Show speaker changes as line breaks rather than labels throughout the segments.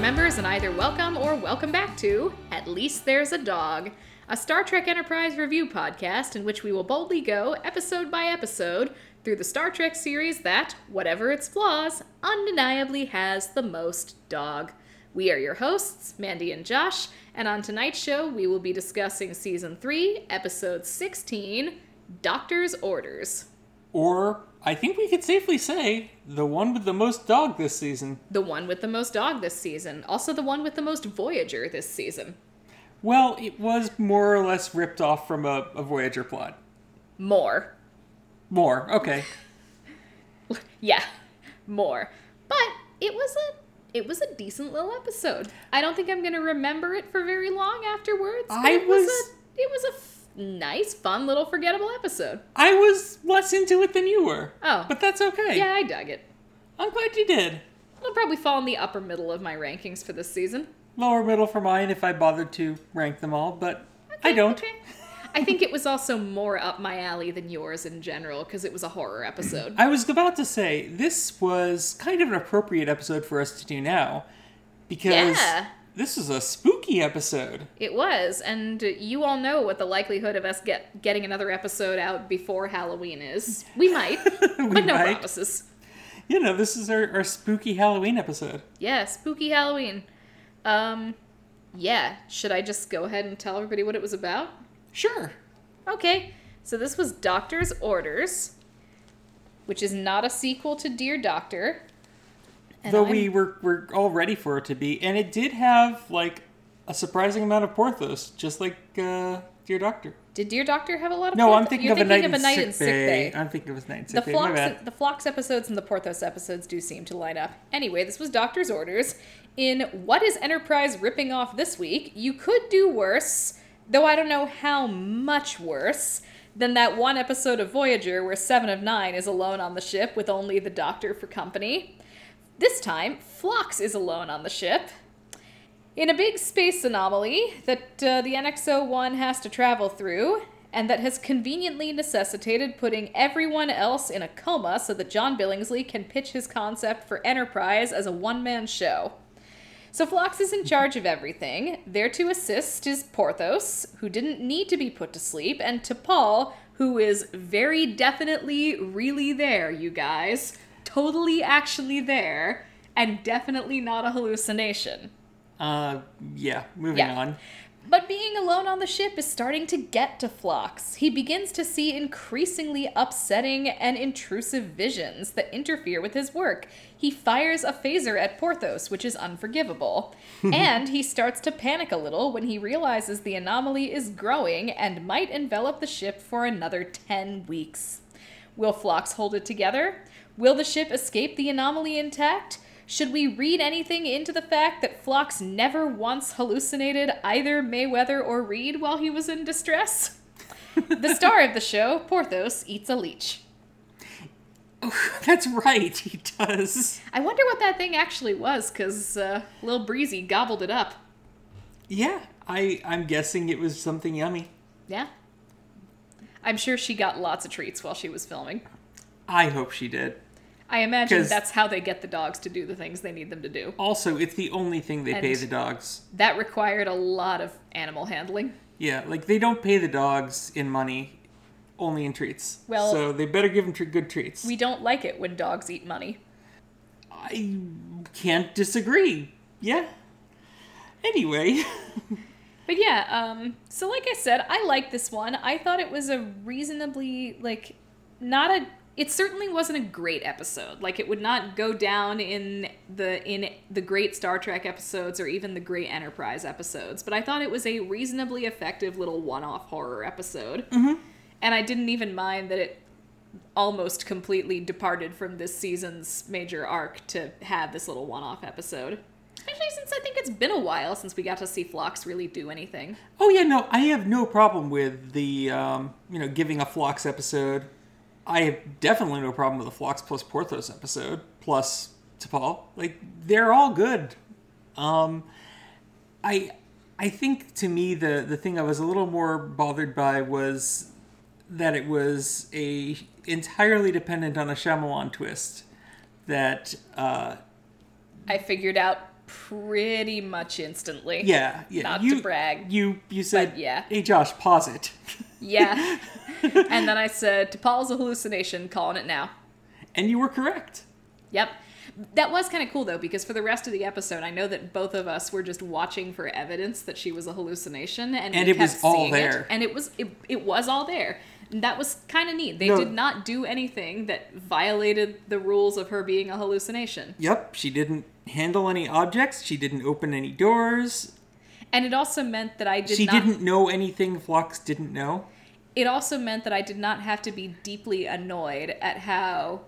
members, and either welcome or welcome back to At Least There's a Dog, a Star Trek Enterprise review podcast in which we will boldly go, episode by episode, through the Star Trek series that, whatever its flaws, undeniably has the most dog. We are your hosts, Mandy and Josh, and on tonight's show, we will be discussing Season 3, Episode 16 Doctor's Orders.
Or I think we could safely say the one with the most dog this season.
The one with the most dog this season. Also, the one with the most Voyager this season.
Well, it was more or less ripped off from a, a Voyager plot.
More.
More, okay.
Yeah, more. But it was a it was a decent little episode. I don't think I'm gonna remember it for very long afterwards. but
I
it was,
was-
a, it was a f- nice, fun little forgettable episode.
I was less into it than you were.
Oh.
But that's okay.
Yeah, I dug it.
I'm glad you did.
It'll probably fall in the upper middle of my rankings for this season.
Lower middle for mine if I bothered to rank them all, but I
Okay,
don't.
okay. I think it was also more up my alley than yours in general because it was a horror episode.
I was about to say, this was kind of an appropriate episode for us to do now because
Yeah.
this is a spooky episode.
It was, and you all know what the likelihood of us get getting another episode out before Halloween is. We might,
We
but no
might.
promises.
You know, this is our, our spooky Halloween episode.
Yeah, spooky Halloween. Um, yeah. Should I just go ahead and tell everybody what it was about?
Sure.
Okay. So this was Doctor's Orders, which is not a sequel to Dear Doctor. And
Though
I'm-
we were, were all ready for it to be, and it did have like a surprising amount of Porthos, just like uh, Dear Doctor.
did Dear Doctor have a lot of?
No, I'm
Porthos?
thinking,
You're
of, a night
thinking
in sick
Sick
bay. I'm thinking of a night in
the
sick bay. My
Phlox,
bad.
the Phlox episodes and the Porthos episodes do seem to line up. Anyway, this was Doctor's Orders. In What is Enterprise ripping off this week? You could do worse, though I don't know how much worse, than that one episode of Voyager where Seven of Nine is alone on the ship with only the Doctor for company. This time, Phlox is alone on the ship. In a big space anomaly that uh, the NXO 1 has to travel through, and that has conveniently necessitated putting everyone else in a coma so that John Billingsley can pitch his concept for Enterprise as a one man show. So Phlox is in charge of everything. There to assist is Porthos, who didn't need to be put to sleep, and to Paul, who is very definitely really there, you guys. Totally actually there, and definitely not a hallucination.
Uh, yeah, moving
Yeah.
on.
But being alone on the ship is starting to get to Phlox. He begins to see increasingly upsetting and intrusive visions that interfere with his work. He fires a phaser at Porthos, which is unforgivable. and he starts to panic a little when he realizes the anomaly is growing and might envelop the ship for another 10 weeks. Will Phlox hold it together? Will the ship escape the anomaly intact? Should we read anything into the fact that Phlox never once hallucinated either Mayweather or Reed while he was in distress? the star of the show, Porthos, eats a leech.
That's right, he does.
I wonder what that thing actually was, because uh, Lil Breezy gobbled it up.
Yeah, I I'm guessing it was something yummy.
Yeah. I'm sure she got lots of treats while she was filming.
I hope she did.
I imagine
'Cause-
that's how they get the dogs to do the things they need them to do.
Also, it's the only thing they pay
And-
the dogs.
That required a lot of animal handling.
Yeah, like they don't pay the dogs in money, only in treats.
Well-
so they better give them tr- good treats.
We don't like it when dogs eat money.
I can't disagree. Yeah. Anyway,
But yeah, um, so like I said, I like this one. I thought it was a reasonably like not a it certainly wasn't a great episode. Like it would not go down in the in the great Star Trek episodes or even the great Enterprise episodes, but I thought it was a reasonably effective little one-off horror episode. And I didn't even mind that it almost completely departed from this season's major arc to have this little one-off episode. Especially since I think it's been a while since we got to see Phlox really do anything.
oh yeah, no, I have no problem with the um, you know giving a Phlox episode. I have definitely no problem with a Phlox plus Porthos episode plus T'Pol. Like they're all good. Um, I I think to me the the thing I was a little more bothered by was that it was a entirely dependent on a Shyamalan twist that. Uh,
I figured out pretty much instantly.
Yeah, yeah.
Not
you,
to brag.
You you said,
But yeah.
Hey Josh, pause it,
Yeah. and then I said, T'Pol's a hallucination, calling it now.
and you were correct.
Yep. That was kind of cool though, because for the rest of the episode, I know that both of us were just watching for evidence that she was a hallucination, and,
And
we
it was
kept
all
seeing it,
there.
and it was it, it was all there. And that was kind of neat. They
No.
did not do anything that violated the rules of her being a hallucination,
Yep, she didn't handle any objects. She didn't open any doors.
and it also meant that I did
she
not.
didn't know anything Flux didn't know.
It also meant that I did not have to be deeply annoyed at how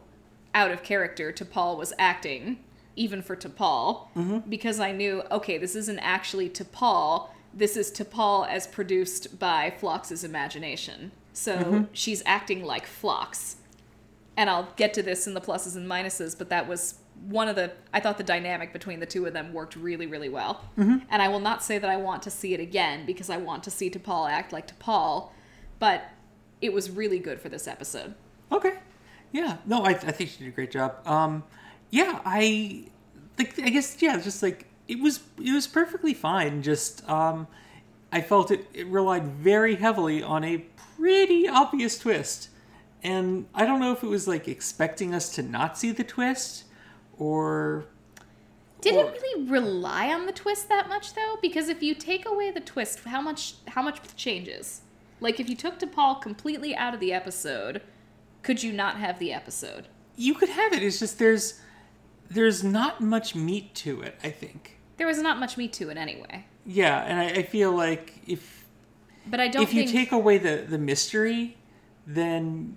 out of character T'Pol was acting, even for T'Pol, because I knew, okay, this isn't actually T'Pol. This is T'Pol as produced by Phlox's imagination. So she's acting like Phlox. And I'll get to this in the pluses and minuses, but that was one of the. I thought the dynamic between the two of them worked really, really well. And I will not say that I want to see it again because I want to see T'Pol act like T'Pol, but it was really good for this episode.
Okay. Yeah. No, I, I think she did a great job. Um, yeah, I like. I guess yeah. Just like it was, it was perfectly fine. Just um, I felt it, it relied very heavily on a pretty obvious twist, and I don't know if it was like expecting us to not see the twist, or
Did
Or-
it really rely on the twist that much though? Because if you take away the twist, how much how much changes? Like if you took DePaul completely out of the episode, could you not have the episode?
you could have it. It's just there's there's not much meat to it. I think.
There was not much meat to it anyway.
Yeah, and I, I feel like if
But I don't
if you
think
take away the the mystery, then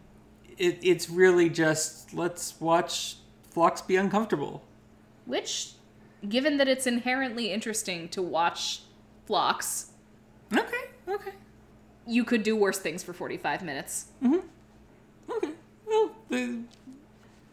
it, it's really just let's watch Flocks be uncomfortable.
which given that it's inherently interesting to watch flocks,
Okay, okay,
you could do worse things for 45 minutes.
okay. Well, the,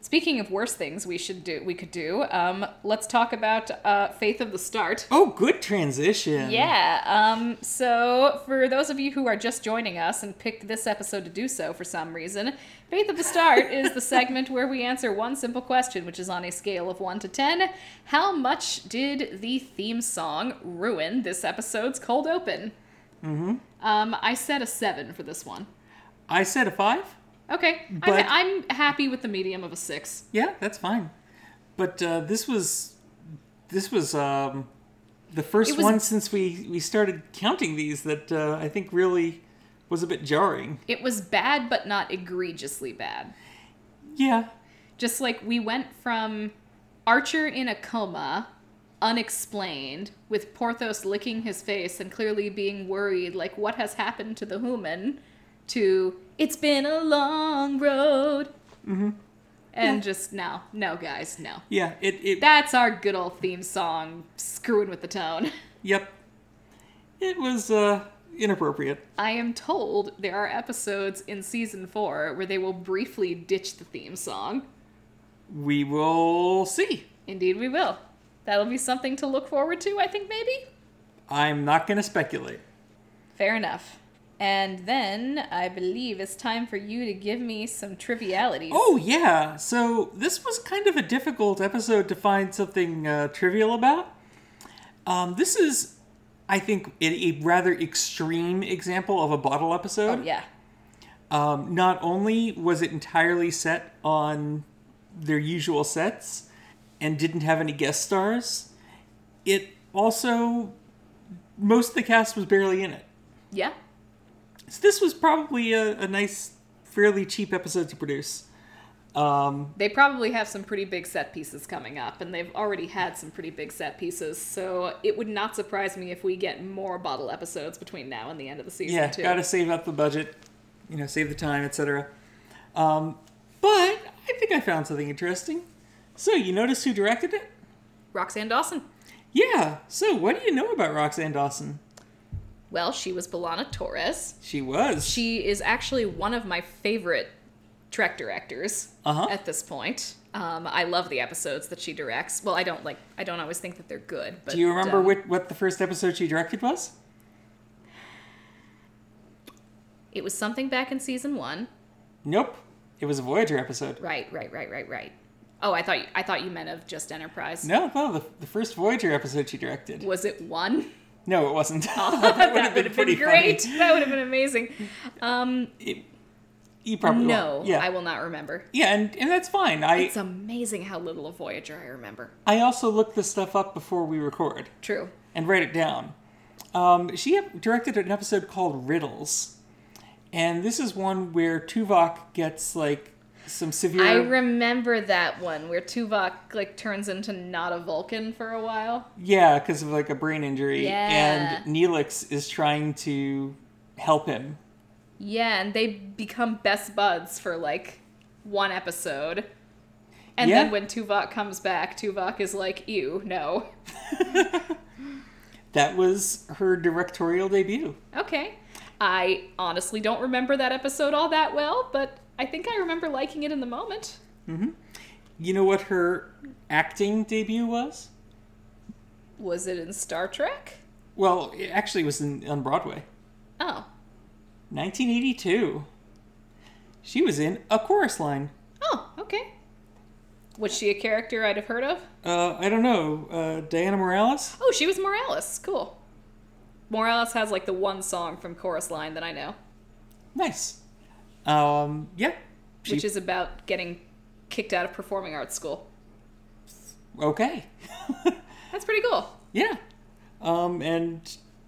Speaking of worse things we should do we could do, um, let's talk about uh, Faith of the Start.
oh, good transition.
Yeah. Um, so, for those of you who are just joining us and picked this episode to do so for some reason, Faith of the Start is the segment where we answer one simple question, which is on a scale of 1 to 10. How much did the theme song ruin this episode's cold open? Mm-hmm. Um, I said a 7 for this one.
I said a five.
Okay.
But-
I'm, I'm happy with the medium of a 6.
Yeah, that's fine. But uh, this was this was um, the first
It was-
one since we we started counting these that uh, I think really was a bit jarring.
It was bad, but not egregiously bad.
Yeah,
just like we went from Archer in a coma, unexplained, with Porthos licking his face and clearly being worried, like, what has happened to the human, to it's been a long road. Mm-hmm. And just no, no, guys, no.
yeah. It it
That's our good old theme song, screwing with the tone.
yep. It was uh, inappropriate.
I am told there are episodes in season four where they will briefly ditch the theme song.
We will see.
Indeed, we will. That'll be something to look forward to, I think, maybe?
I'm not going to speculate.
Fair enough. And then I believe it's time for you to give me some trivialities.
Oh, yeah. So, this was kind of a difficult episode to find something uh, trivial about. Um, this is, I think, a, a rather extreme example of a bottle episode.
Oh, yeah.
um, not only was it entirely set on their usual sets and didn't have any guest stars, it also, most of the cast was barely in it.
Yeah.
So this was probably a, a nice, fairly cheap episode to produce. Um,
They probably have some pretty big set pieces coming up, and they've already had some pretty big set pieces, so it would not surprise me if we get more bottle episodes between now and the end of the season,
yeah,
too.
gotta save up the budget, you know, save the time, etc. Um, but I think I found something interesting. So you notice who directed it?
Roxanne Dawson.
Yeah. So what do you know about Roxanne Dawson?
Well, she was Belana Torres.
She was.
She is actually one of my favorite Trek directors
Uh-huh.
at this point. Um, I love the episodes that she directs. Well, I don't like. I don't always think that they're good. But
do you remember
um,
what, what the first episode she directed was?
It was something back in season one.
Nope. It was a Voyager episode.
Right, right, right, right, right. Oh, I thought you, I thought you meant of just Enterprise.
No, no, the, the first Voyager episode she directed.
Was it one?
No, it wasn't.
Oh, that
Oh, would've
would have been,
pretty
great.
funny.
That would have been amazing. Um,
It- you probably
no,
won't. Yeah,
I will not remember.
yeah, and, and that's fine. I
It's amazing how little of Voyager I remember.
I also looked this stuff up before we record
True.
and write it down. Um, she ep- directed an episode called Riddles, and this is one where Tuvok gets like some severe.
I remember that one where Tuvok like turns into not a Vulcan for a while.
Yeah, because of like a brain injury.
Yeah.
And Neelix is trying to help him.
Yeah, and they become best buds for like one episode. And
Yeah.
then when Tuvok comes back, Tuvok is like, "Ew, no."
That was her directorial debut.
Okay. I honestly don't remember that episode all that well, but I think I remember liking it in the moment.
You know what her acting debut was?
Was it in Star Trek?
Well, it actually was in, on Broadway.
Oh.
1982. She was in A Chorus Line.
Oh, okay. Was she a character I'd have heard of?
Uh, I don't know, uh, Diana Morales?
Oh, she was Morales. Cool. Morales has like the one song from Chorus Line that I know,
Nice. Um, yeah. She,
which is about getting kicked out of performing arts school.
okay.
That's pretty cool.
Yeah. Um, and,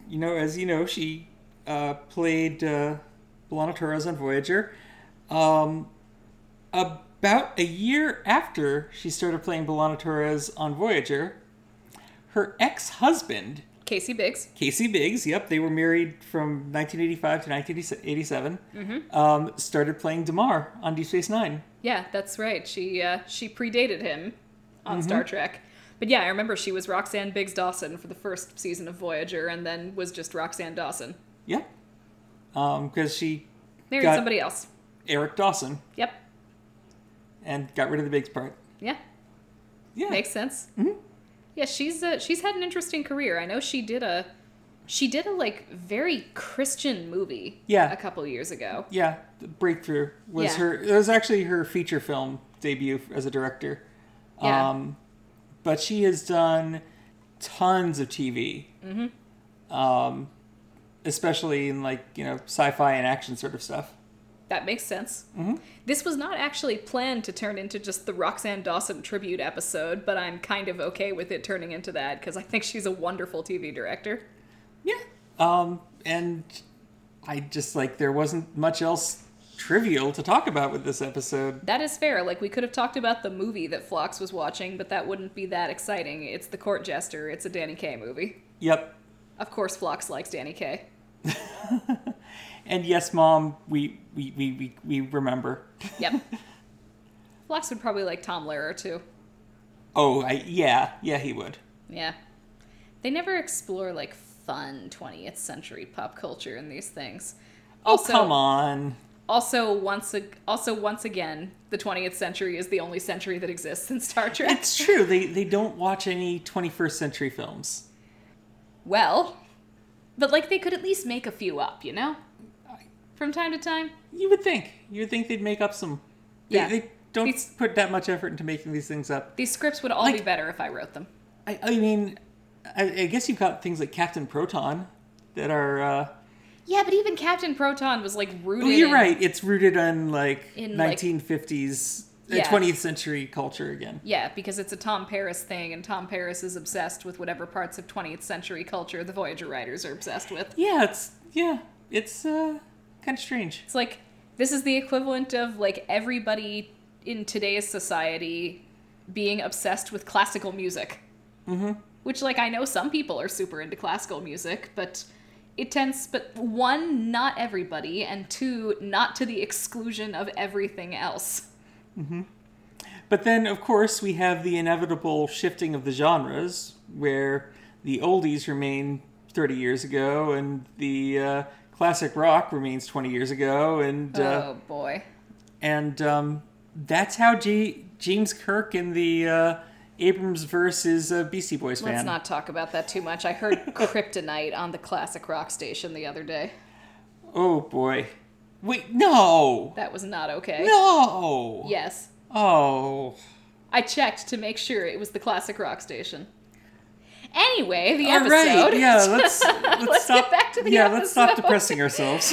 you know, as you know, she uh, played uh, B'Elanna Torres on Voyager. Um, about a year after she started playing B'Elanna Torres on Voyager, her ex husband,
Casey Biggs.
Casey Biggs, yep, they were married from 1985 to 1987, um, started playing Damar on Deep Space Nine.
Yeah, that's right. She uh, she predated him on
Mm-hmm.
Star Trek. But yeah, I remember she was Roxanne Biggs Dawson for the first season of Voyager, and then was just Roxanne Dawson.
Yep. Because Um, she
Married
Got-
somebody else.
Eric Dawson
Yep.
and got rid of the Biggs part.
Yeah.
Yeah. Mm-hmm.
Makes sense. Yeah, she's uh, she's had an interesting career. I know she did a she did a like very Christian movie.
Yeah.
a couple years ago.
Yeah, the breakthrough was
Yeah.
her. It was actually her feature film debut as a director.
Yeah.
Um, but she has done tons of TV, mm-hmm. um, especially in like you know sci-fi and action sort of stuff.
That makes sense.
Mm-hmm.
This was not actually planned to turn into just the Roxanne Dawson tribute episode, but I'm kind of okay with it turning into that because I think she's a wonderful TV director.
Yeah. Um, and I just like there wasn't much else trivial to talk about with this episode.
That is fair. Like, we could have talked about the movie that Phlox was watching, but that wouldn't be that exciting. It's The Court Jester, it's a Danny Kaye movie.
Yep.
Of course, Phlox likes Danny Kaye.
And yes, mom, we we we we, we remember.
Yep. Phlox would probably like Tom Lehrer, too.
Oh, I yeah yeah he would.
Yeah. They never explore, like, fun 20th century pop culture in these things.
Oh
Also-
come on.
Also, once ag- also once again, the 20th century is the only century that exists in Star Trek.
It's true. They they don't watch any 21st century films.
well, but like they could at least make a few up, you know, from time to time.
You would think. You would think they'd make up some. They,
Yeah.
they don't
These-
put that much effort into making these things up.
These scripts would all be
Like-
better if I wrote them.
I, I mean, I, I guess you've got things like Captain Proton that are. Uh,
Yeah, but even Captain Proton was like rooted.
oh, you're
in-
right. It's rooted on like
In, like-
1950s, uh,
Yeah.
20th century culture again.
Yeah, because it's a Tom Paris thing, and Tom Paris is obsessed with whatever parts of 20th century culture the Voyager writers are obsessed with.
Yeah, it's yeah, it's uh, kind of strange.
It's like this is the equivalent of like everybody in today's society being obsessed with classical music. Mm-hmm. Which, like, I know some people are super into classical music, but it tends, but one, not everybody, and two, not to the exclusion of everything else.
But then, of course, we have the inevitable shifting of the genres, where the oldies remain 30 years ago, and the uh, classic rock remains 20 years ago, and uh,
oh boy.
and um, that's how G- James Kirk and the uh, Abrams versus uh, Beastie Boys
Let's
fan.
not talk about that too much. I heard Kryptonite on the classic rock station the other day.
Oh boy! Wait, no,
That was not okay.
no.
Yes.
Oh,
I checked to make sure it was the classic rock station. Anyway, the
All
episode.
right, yeah, let's, let's,
Let's get
stop.
back to the
yeah, let's stop
episode.
depressing ourselves.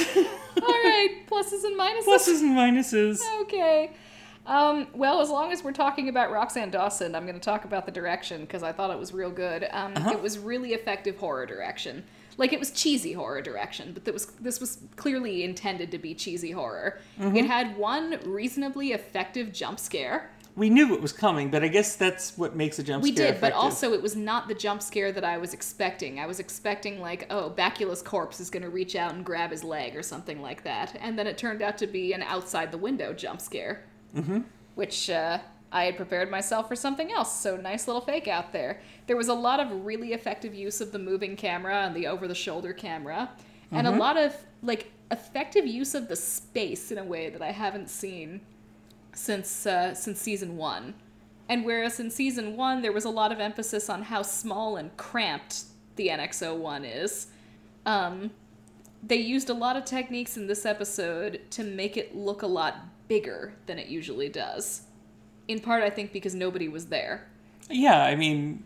All right, pluses and minuses.
Pluses and minuses.
Okay. Um, well, as long as we're talking about Roxanne Dawson, I'm going to talk about the direction because I thought it was real good. Um,
Uh-huh.
It was really effective horror direction. Like it was cheesy horror direction, but that was this was clearly intended to be cheesy horror.
Mm-hmm.
It had one reasonably effective jump scare.
We knew it was coming, but I guess that's what makes a jump
We
scare
did, but
effective.
also it was not the jump scare that I was expecting. I was expecting like, oh, Bacula's corpse is going to reach out and grab his leg or something like that, and then it turned out to be an outside the window jump scare, mm-hmm. which uh, I had prepared myself for something else. So nice little fake out there. There was a lot of really effective use of the moving camera and the over the shoulder camera, and
Mm-hmm.
a lot of like effective use of the space in a way that I haven't seen since uh, since season one. And whereas in season one there was a lot of emphasis on how small and cramped the NX-01 is, um, they used a lot of techniques in this episode to make it look a lot bigger than it usually does. In part, I think because nobody was there.
yeah, I mean,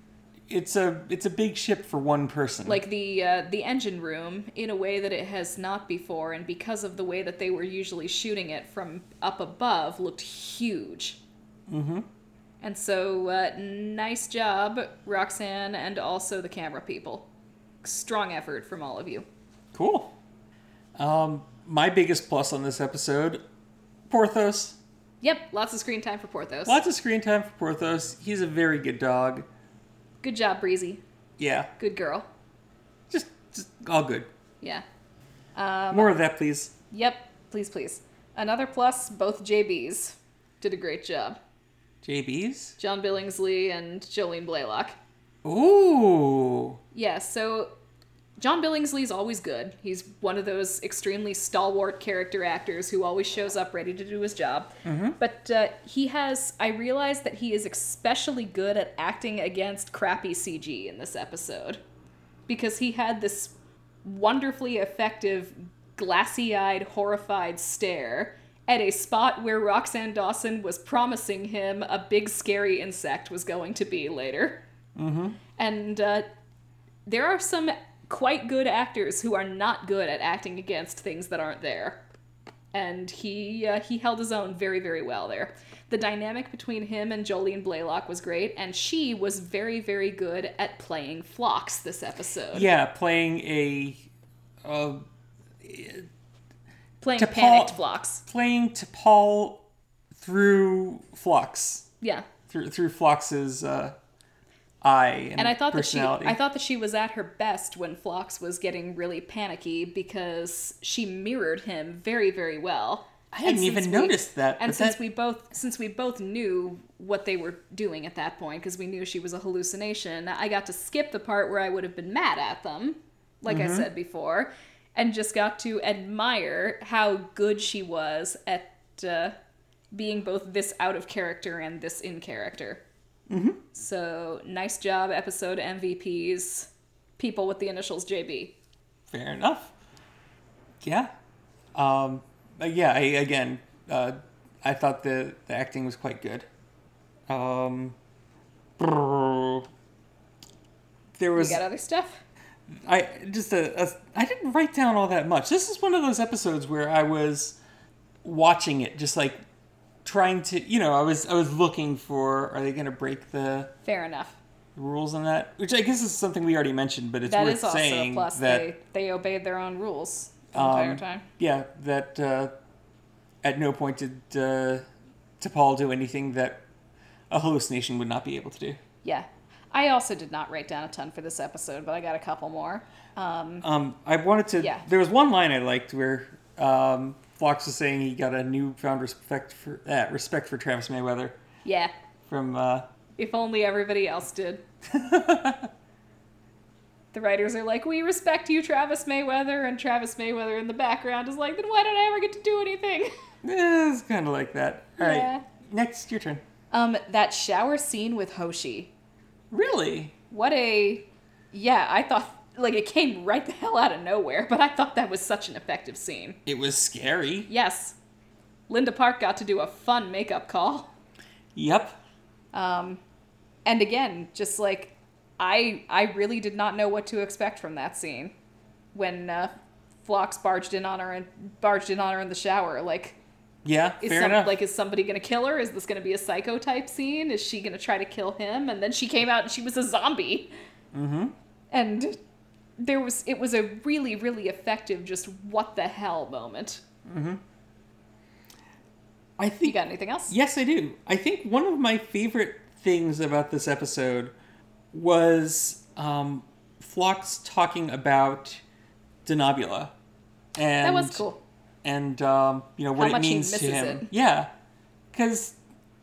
it's a it's a big ship for one person.
like the uh, the engine room in a way that it has not before, and because of the way that they were usually shooting it from up above, looked huge. Mm-hmm. And so, uh, nice job, Roxanne, and also the camera people. Strong effort from all of you.
cool. Um, my biggest plus on this episode, Porthos.
Yep, lots of screen time for Porthos.
Lots of screen time for Porthos. He's a very good dog.
Good job, Breezy.
Yeah,
Good girl.
just, just all good.
Yeah. Um,
More of that, please.
Yep. Please, please. Another plus. Both JBs did a great job.
JBs.
John Billingsley and Jolene Blaylock.
Ooh.
Yeah, so John Billingsley's always good. He's one of those extremely stalwart character actors who always shows up ready to do his job. But uh, he has, I realized that he is especially good at acting against crappy CG in this episode. Because he had this wonderfully effective, glassy eyed, horrified stare at a spot where Roxanne Dawson was promising him a big, scary insect was going to be later.
Mm-hmm.
And uh, there are some quite good actors who are not good at acting against things that aren't there. And he uh, he held his own very very well there. The dynamic between him and Jolene Blaylock was great, and she was very very good at playing Phlox this episode.
Yeah, playing a uh,
playing
to
panicked
Paul-
Phlox.
playing to Paul through Flux.
Yeah,
through through Flox's uh, eye and,
and I thought that she
personality.
I thought that she was at her best when Phlox was getting really panicky because she mirrored him very very well.
I didn't
And
even
since we-
notice that.
and
but
since
that-
we both since we both knew what they were doing at that point because we knew she was a hallucination i got to skip the part where i would have been mad at them like
Mm-hmm.
i said before and just got to admire how good she was at uh, being both this out of character and this in character mm-hmm. so nice job episode mvps people with the initials jb
fair enough. Yeah. Um, but yeah. I, again, uh, I thought the the acting was quite good. Um, brrr. there
you
was
got other stuff
I just a, a I didn't write down all that much. This is one of those episodes where I was watching it, just like trying to you know I was I was looking for are they going to break the
fair enough
rules on that, which I guess is something we already mentioned, but it's
That
worth
is also
saying
a plus.
that
they, they obeyed their own rules the entire
um,
time.
yeah, that uh, at no point did uh, T'Pol do anything that a hallucination would not be able to do.
Yeah. I also did not write down a ton for this episode, but I got a couple more. Um,
Um, I wanted to.
Yeah.
There was one line I liked where um, Fox was saying he got a newfound respect for that respect for Travis Mayweather
yeah.
from. Uh,
If only everybody else did. the writers are like, we respect you, Travis Mayweather, and Travis Mayweather in the background is like, then why don't I ever get to do anything?
eh, it's kind of like that. All right,
Yeah.
next your turn.
Um, that shower scene with Hoshi.
Really?
What a. Yeah, I thought. Like, it came right the hell out of nowhere, but I thought that was such an effective scene.
It was scary.
Yes. Linda Park got to do a fun makeup call.
Yep.
Um, and again, just like I, I really did not know what to expect from that scene when uh, Phlox barged in on her and barged in on her in the shower. Like,
Yeah,
is
fair
some,
enough.
like is somebody gonna kill her? Is this gonna be a psycho type scene? Is she gonna try to kill him? And then she came out and she was a zombie. Mm-hmm. And there was it was a really really effective just what the hell moment.
I
You
think
got anything else?
Yes, I do. I think one of my favorite things about this episode was um, Phlox talking about Denabula, and
that was cool.
and um, you know what
much
it
he
means to
misses
him.
it.
Yeah, because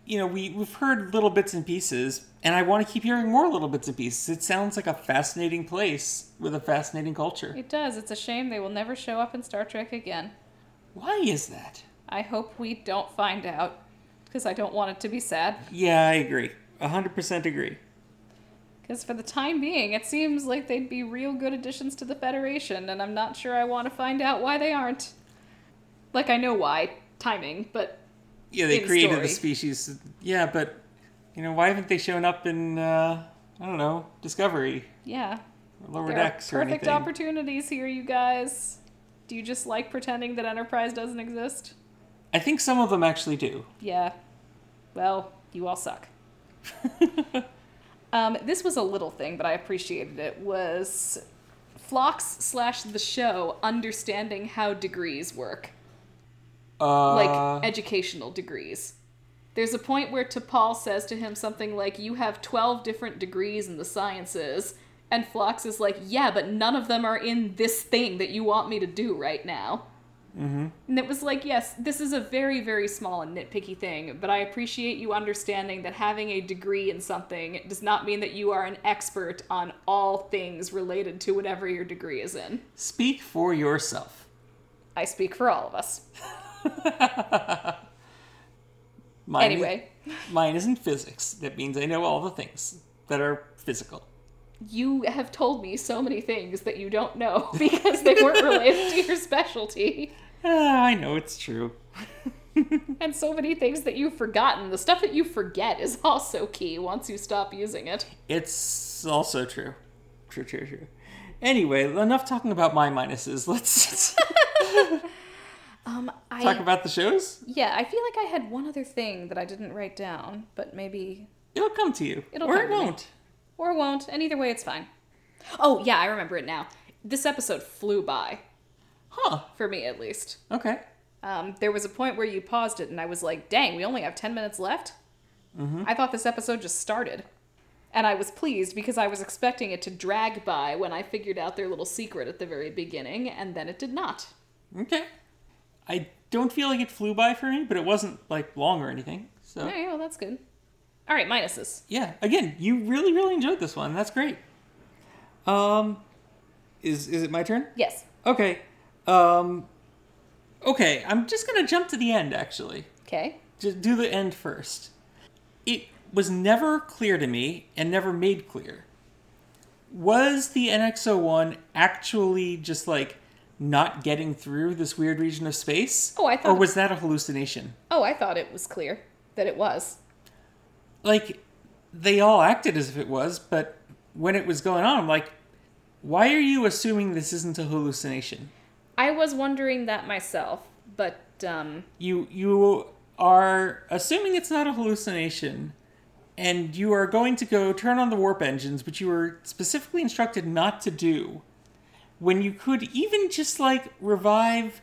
you know we we've heard little bits and pieces, and I want to keep hearing more little bits and pieces. It sounds like a fascinating place with a fascinating culture.
It does. It's a shame they will never show up in Star Trek again.
Why is that?
I hope we don't find out because I don't want it to be sad.
Yeah, I agree. hundred percent agree.
Because for the time being, it seems like they'd be real good additions to the Federation, and I'm not sure I want to find out why they aren't. Like, I know why. Timing, but
Yeah, they
in
created
story.
the species. Yeah, but you know, why haven't they shown up in uh, I don't know Discovery
yeah.
or Lower
There are
Decks or
perfect
anything?
opportunities here, you guys. Do you just like pretending that Enterprise doesn't exist?
I think some of them actually do.
Yeah. Well, you all suck. um, this was a little thing, but I appreciated it. Was Phlox slash the show understanding how degrees work,
Uh,
like educational degrees? There's a point where T'Pol says to him something like, "You have twelve different degrees in the sciences," and Phlox is like, "Yeah, but none of them are in this thing that you want me to do right now." And it was like, yes, this is a very, very small and nitpicky thing, but I appreciate you understanding that having a degree in something does not mean that you are an expert on all things related to whatever your degree is in.
speak for yourself.
I speak for all of us.
Mine is-
Anyway,
mine isn't physics. That means I know all the things that are physical.
you have told me so many things that you don't know because they weren't related to your specialty,
Ah, I know it's true.
and so many things that you've forgotten. The stuff that you forget is also key once you stop using it.
It's also true. True, true, true. Anyway, enough talking about my minuses. Let's
Um, I
talk about the shows.
Yeah, I feel like I had one other thing that I didn't write down, but maybe
It'll come to you,
It'll
or
come to
it
me.
won't.
or won't. And either way, it's fine. Oh, yeah, I remember it now. This episode flew by
Huh?
for me, at least.
Okay.
Um, there was a point where you paused it, and I was like, "Dang, we only have ten minutes left." I thought this episode just started, and I was pleased because I was expecting it to drag by when I figured out their little secret at the very beginning, and then it did not.
Okay. I don't feel like it flew by for me, but it wasn't like long or anything. So
All right, well, that's good. All right, minuses.
yeah, again, you really really enjoyed this one. That's great. Um, is is it my turn?
Yes.
Okay. Um, okay. I'm just gonna jump to the end actually.
Okay.
Just do the end first. It was never clear to me and never made clear. Was the NX-01 actually just like not getting through this weird region of space?
Oh, I thought-
Or was that a hallucination?
Oh, I thought it was clear that it was.
like they all acted as if it was, but when it was going on, I'm like, why are you assuming this isn't a hallucination?
I was wondering that myself, but um,
You you are assuming it's not a hallucination, and you are going to go turn on the warp engines, which you were specifically instructed not to do. When you could even just like revive,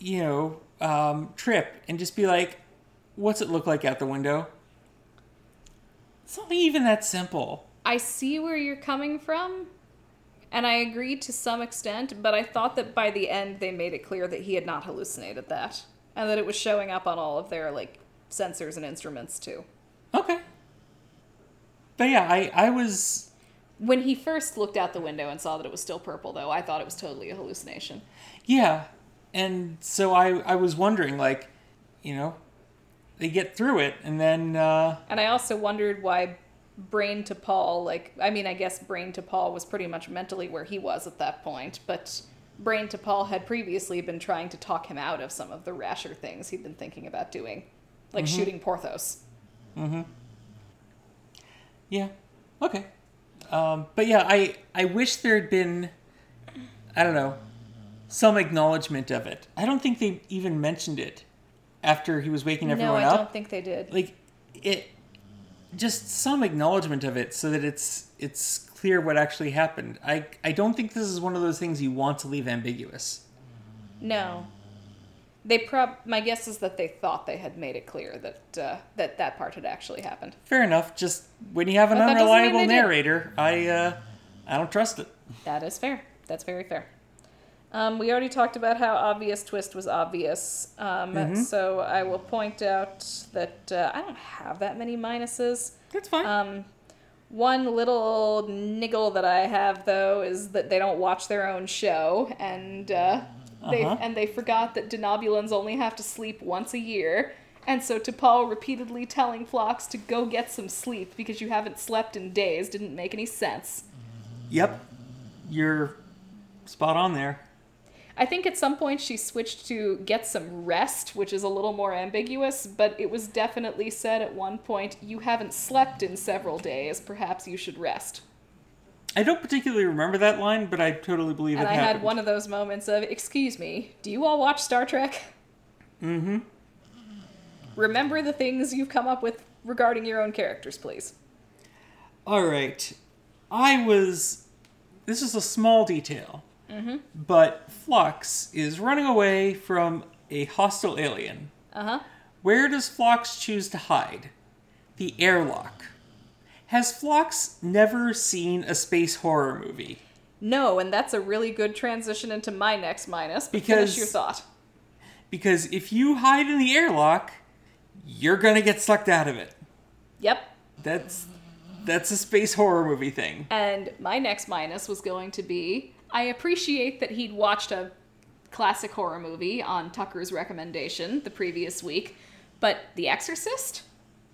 you know, um, Trip and just be like, what's it look like out the window? It's not even that simple.
I see where you're coming from, and I agree to some extent, but I thought that by the end they made it clear that he had not hallucinated that, and that it was showing up on all of their, like, sensors and instruments too.
Okay. But yeah, I, I was
When he first looked out the window and saw that it was still purple, though, I thought it was totally a hallucination.
yeah. And so I, I was wondering, like, you know, they get through it and then uh
And I also wondered why Brain to Paul, like, I mean, I guess Brain to Paul was pretty much mentally where he was at that point, but Brain to Paul had previously been trying to talk him out of some of
Mm-hmm.
the rasher things he'd been thinking about doing, like shooting Porthos.
Yeah. Okay. Um, but yeah, I I wish there had been, I don't know, some acknowledgement of it. I don't think they even mentioned it after he was waking
no,
everyone
I
up.
don't think they did.
Like it, just some acknowledgement of it so that it's it's clear what actually happened. I I don't think this is one of those things you want to leave ambiguous.
No. They prob. My guess is that they thought they had made it clear that uh, that that part had actually happened.
Fair enough. Just when you have an
But that doesn't mean
unreliable
they did.
narrator, I uh, I don't trust it.
That is fair. That's very fair. Um, we already talked about how obvious twist was obvious. Um,
Mm-hmm.
So I will point out that uh, I don't have that many minuses.
That's fine.
Um, one little niggle that I have though is that they don't watch their own show, and uh, they
Uh-huh.
and they forgot that denobulans only have to sleep once a year, and so T'Pol repeatedly telling Phlox to go get some sleep because you haven't slept in days didn't make any sense.
Yep. You're spot on there.
I think at some point she switched to get some rest, which is a little more ambiguous, but it was definitely said at one point, you haven't slept in several days, perhaps you should rest.
I don't particularly remember that line, but I totally believe
And
it
I
happened.
had one of those moments of, excuse me, do you all watch Star Trek?
Mm-hmm.
Mm hmm. Remember the things you've come up with regarding your own characters, please.
All right. I was. This is a small detail,
Mm-hmm.
but Flux is running away from a hostile alien.
Uh huh.
Where does Phlox choose to hide? The airlock. Has Phlox never seen a space horror movie?
No, and that's a really good transition into my next minus. But finish
Because-
your thought.
Because if you hide in the airlock, you're gonna get sucked out of it.
Yep,
That's that's a space horror movie thing.
And my next minus was going to be I appreciate that he'd watched a classic horror movie on Tucker's recommendation the previous week, but The Exorcist?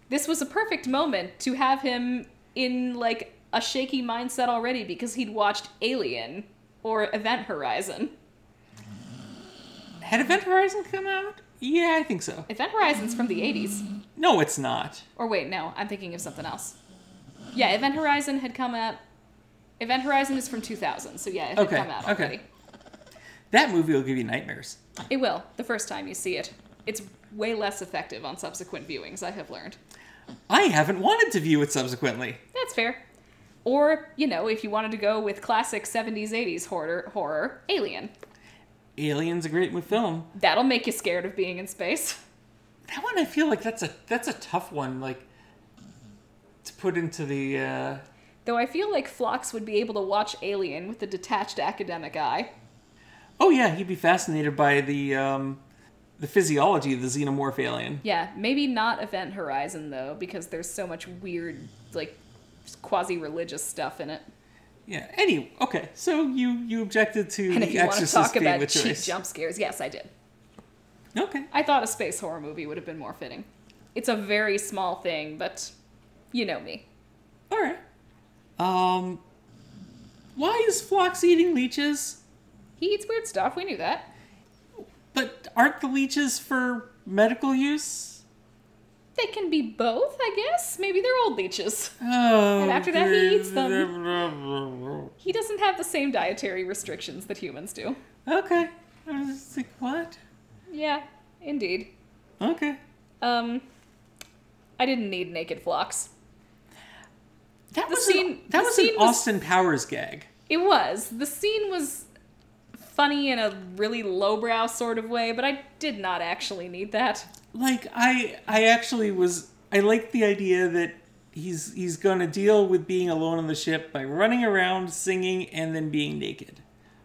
This was a perfect moment to have him in like a shaky mindset already because he'd watched Alien or Event Horizon.
Had Event Horizon come out? Yeah, I think so.
Event Horizon's from the 80s.
No, it's not.
Or wait, no, I'm thinking of something else. Yeah, Event Horizon had come out. Event Horizon is from 2000, so yeah, it had
Okay,
come out
okay.
already.
That movie will give you nightmares.
It will, the first time you see it. It's way less effective on subsequent viewings, I have learned.
I haven't wanted to view it subsequently.
That's fair. Or, you know, if you wanted to go with classic 70s, 80s horror, horror Alien.
Alien's a great mo- film.
That'll make you scared of being in space.
That one I feel like that's a that's a tough one, like to put into the uh
Though I feel like Phlox would be able to watch Alien with a detached academic eye.
Oh yeah, he'd be fascinated by the um the physiology of the xenomorph alien.
Yeah, maybe not Event Horizon, though, because there's so much weird, like, quasi religious stuff in it.
Yeah. Anyway, okay. So you you objected to
And
the
if you want to
Exorcist
talk
being
about
the
cheap
choice.
jump scares, yes, I did.
Okay.
I thought a space horror movie would have been more fitting. It's a very small thing, but you know me.
All right. Um why is Phlox eating leeches?
He eats weird stuff, we knew that.
But aren't the leeches for medical use?
They can be both, I guess. Maybe they're old leeches.
Oh.
And after that, he eats
them.
He doesn't have the same dietary restrictions that humans do.
Okay. I was just like, what?
Yeah, indeed.
Okay.
Um, I didn't need naked flocks.
That
The
was an,
scene-
that
the
was
scene
an
was-
Austin Powers gag.
It was. The scene was funny in a really lowbrow sort of way, but I did not actually need that.
Like I I actually was I like the idea that he's he's going to deal with being alone on the ship by running around singing and then being naked.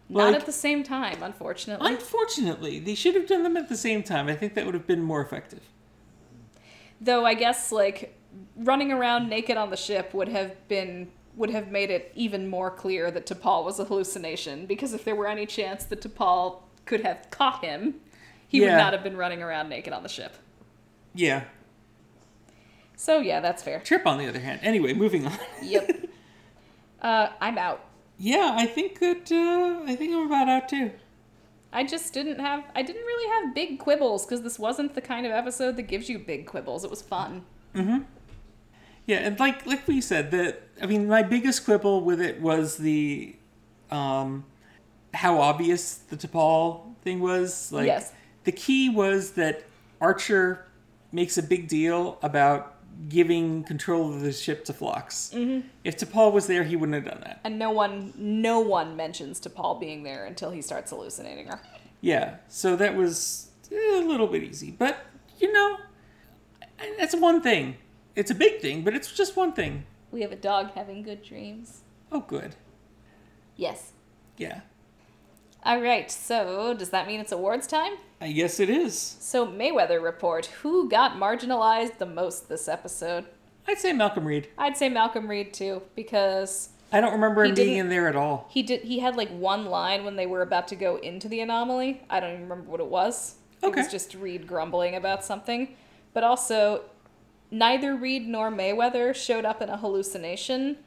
not
Like,
at the same time, unfortunately.
unfortunately, they should have done them at the same time. I think that would have been more effective.
Though I guess like running around naked on the ship would have been would have made it even more clear that T'Pol was a hallucination because if there were any chance that T'Pol could have caught him, he
Yeah.
would not have been running around naked on the ship.
Yeah.
So yeah, that's fair.
Trip on the other hand. Anyway, moving on.
Yep. uh, I'm out.
Yeah, I think that uh, I think I'm about out too.
I just didn't have I didn't really have big quibbles because this wasn't the kind of episode that gives you big quibbles. It was fun.
Yeah, and like like we said, that I mean, my biggest quibble with it was the um how obvious the T'Pol thing was. Like
Yes.
the key was that Archer makes a big deal about giving control of the ship to Phlox. Mm-hmm. If T'Pol was there, he wouldn't have done that.
And no one, no one mentions to Paul being there until he starts hallucinating her.
Yeah, so that was a little bit easy, but you know, that's one thing. It's a big thing, but it's just one thing.
We have a dog having good dreams.
Oh, good.
Yes.
Yeah,
All right. So does that mean it's awards time?
I guess it is.
So Mayweather report. Who got marginalized the most this episode?
I'd say Malcolm Reed.
I'd say Malcolm Reed too, because
I don't remember
He
him being
didn't-
in there at all.
he did. He had like one line when they were about to go into the anomaly. I don't even remember what it was. It was
Okay.
just Reed grumbling about something, but also neither Reed nor Mayweather showed up in a hallucination,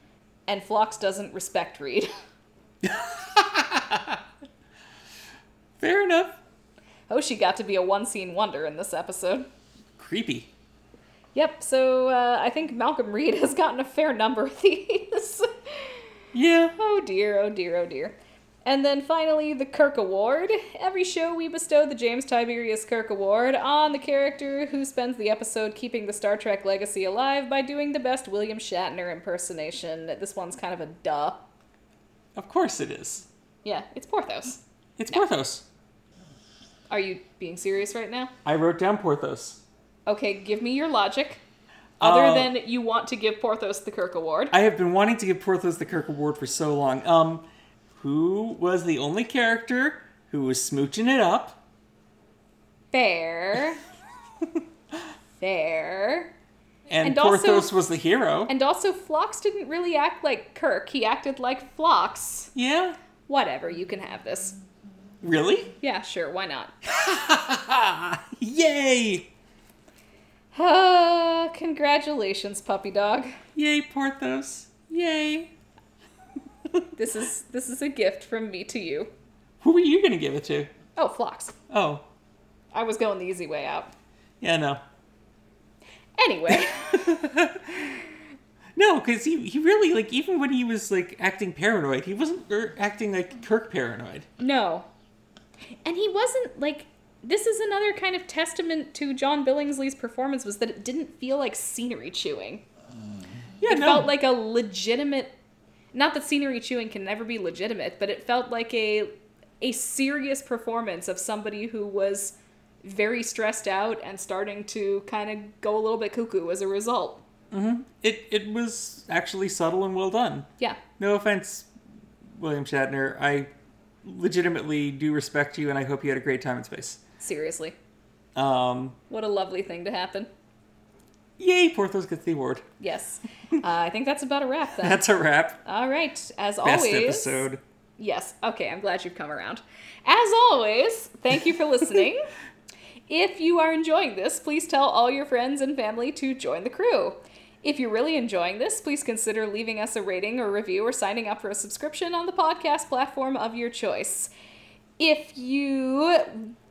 and Phlox doesn't respect Reed.
Fair enough.
oh, she got to be a one-scene wonder in this episode.
Creepy.
Yep. So uh, I think Malcolm Reed has gotten a fair number of these.
Yeah.
Oh dear, oh dear, oh dear. And then finally, the Kirk Award. Every show, we bestow the James Tiberius Kirk Award on the character who spends the episode keeping the Star Trek legacy alive by doing the best William Shatner impersonation. This one's kind of a duh.
Of course it is.
Yeah, it's Porthos.
It's Porthos.
Are you being serious right now?
I wrote down Porthos.
Okay, give me your logic. Other
Uh,
than you want to give Porthos the Kirk Award.
I have been wanting to give Porthos the Kirk Award for so long. Um, who was the only character who was smooching it up?
Fair. Fair.
And,
And also-
Porthos was the hero.
And also, Phlox didn't really act like Kirk. He acted like Phlox.
yeah.
Whatever, you can have this.
Really?
Yeah, sure, why not?
Yay!
Ah, congratulations, puppy dog.
Yay, Porthos. Yay.
This is this is a gift from me to you.
Who were you gonna give it to?
Oh, Phlox.
Oh,
I was going the easy way out.
yeah, no.
Anyway,
No, because he, he really like even when he was like acting paranoid, he wasn't er, acting like Kirk paranoid.
no. And he wasn't like this is another kind of testament to John Billingsley's performance was that it didn't feel like scenery chewing.
Yeah,
It
no,
felt like a legitimate not that scenery chewing can never be legitimate but it felt like a a serious performance of somebody who was very stressed out and starting to kind of go a little bit cuckoo as a result
it it was actually subtle and well done.
yeah
No offense, William Shatner. I legitimately do respect you, and I hope you had a great time in space.
seriously
Um,
what a lovely thing to happen
yay, Porthos gets the award.
yes uh, i think that's about a wrap then
That's a wrap.
all right as
Best
always
episode.
Yes. Okay, I'm glad you've come around. As always, thank you for listening. if you are enjoying this, please tell all your friends and family to join the crew. If you're really enjoying this, please consider leaving us a rating or review or signing up for a subscription on the podcast platform of your choice. If you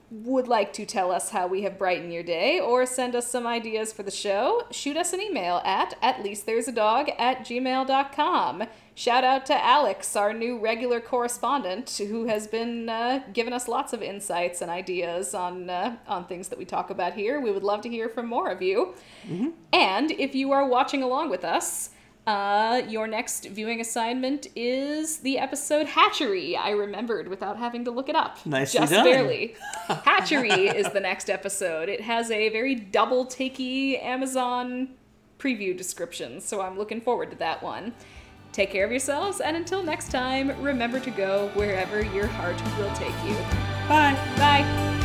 would like to tell us how we have brightened your day or send us some ideas for the show, shoot us an email at at least there's a dog at gmail.com. Shout out to Alex, our new regular correspondent, who has been uh, giving us lots of insights and ideas on, uh, on things that we talk about here. We would love to hear from more of you. And if you are watching along with us, uh, your next viewing assignment is the episode Hatchery. I remembered without having to look it up.
Nicely
Just
done.
barely. Hatchery is the next episode. It has a very double takey Amazon preview description, so I'm looking forward to that one. Take care of yourselves, and until next time, remember to go wherever your heart will take you.
Bye.
Bye.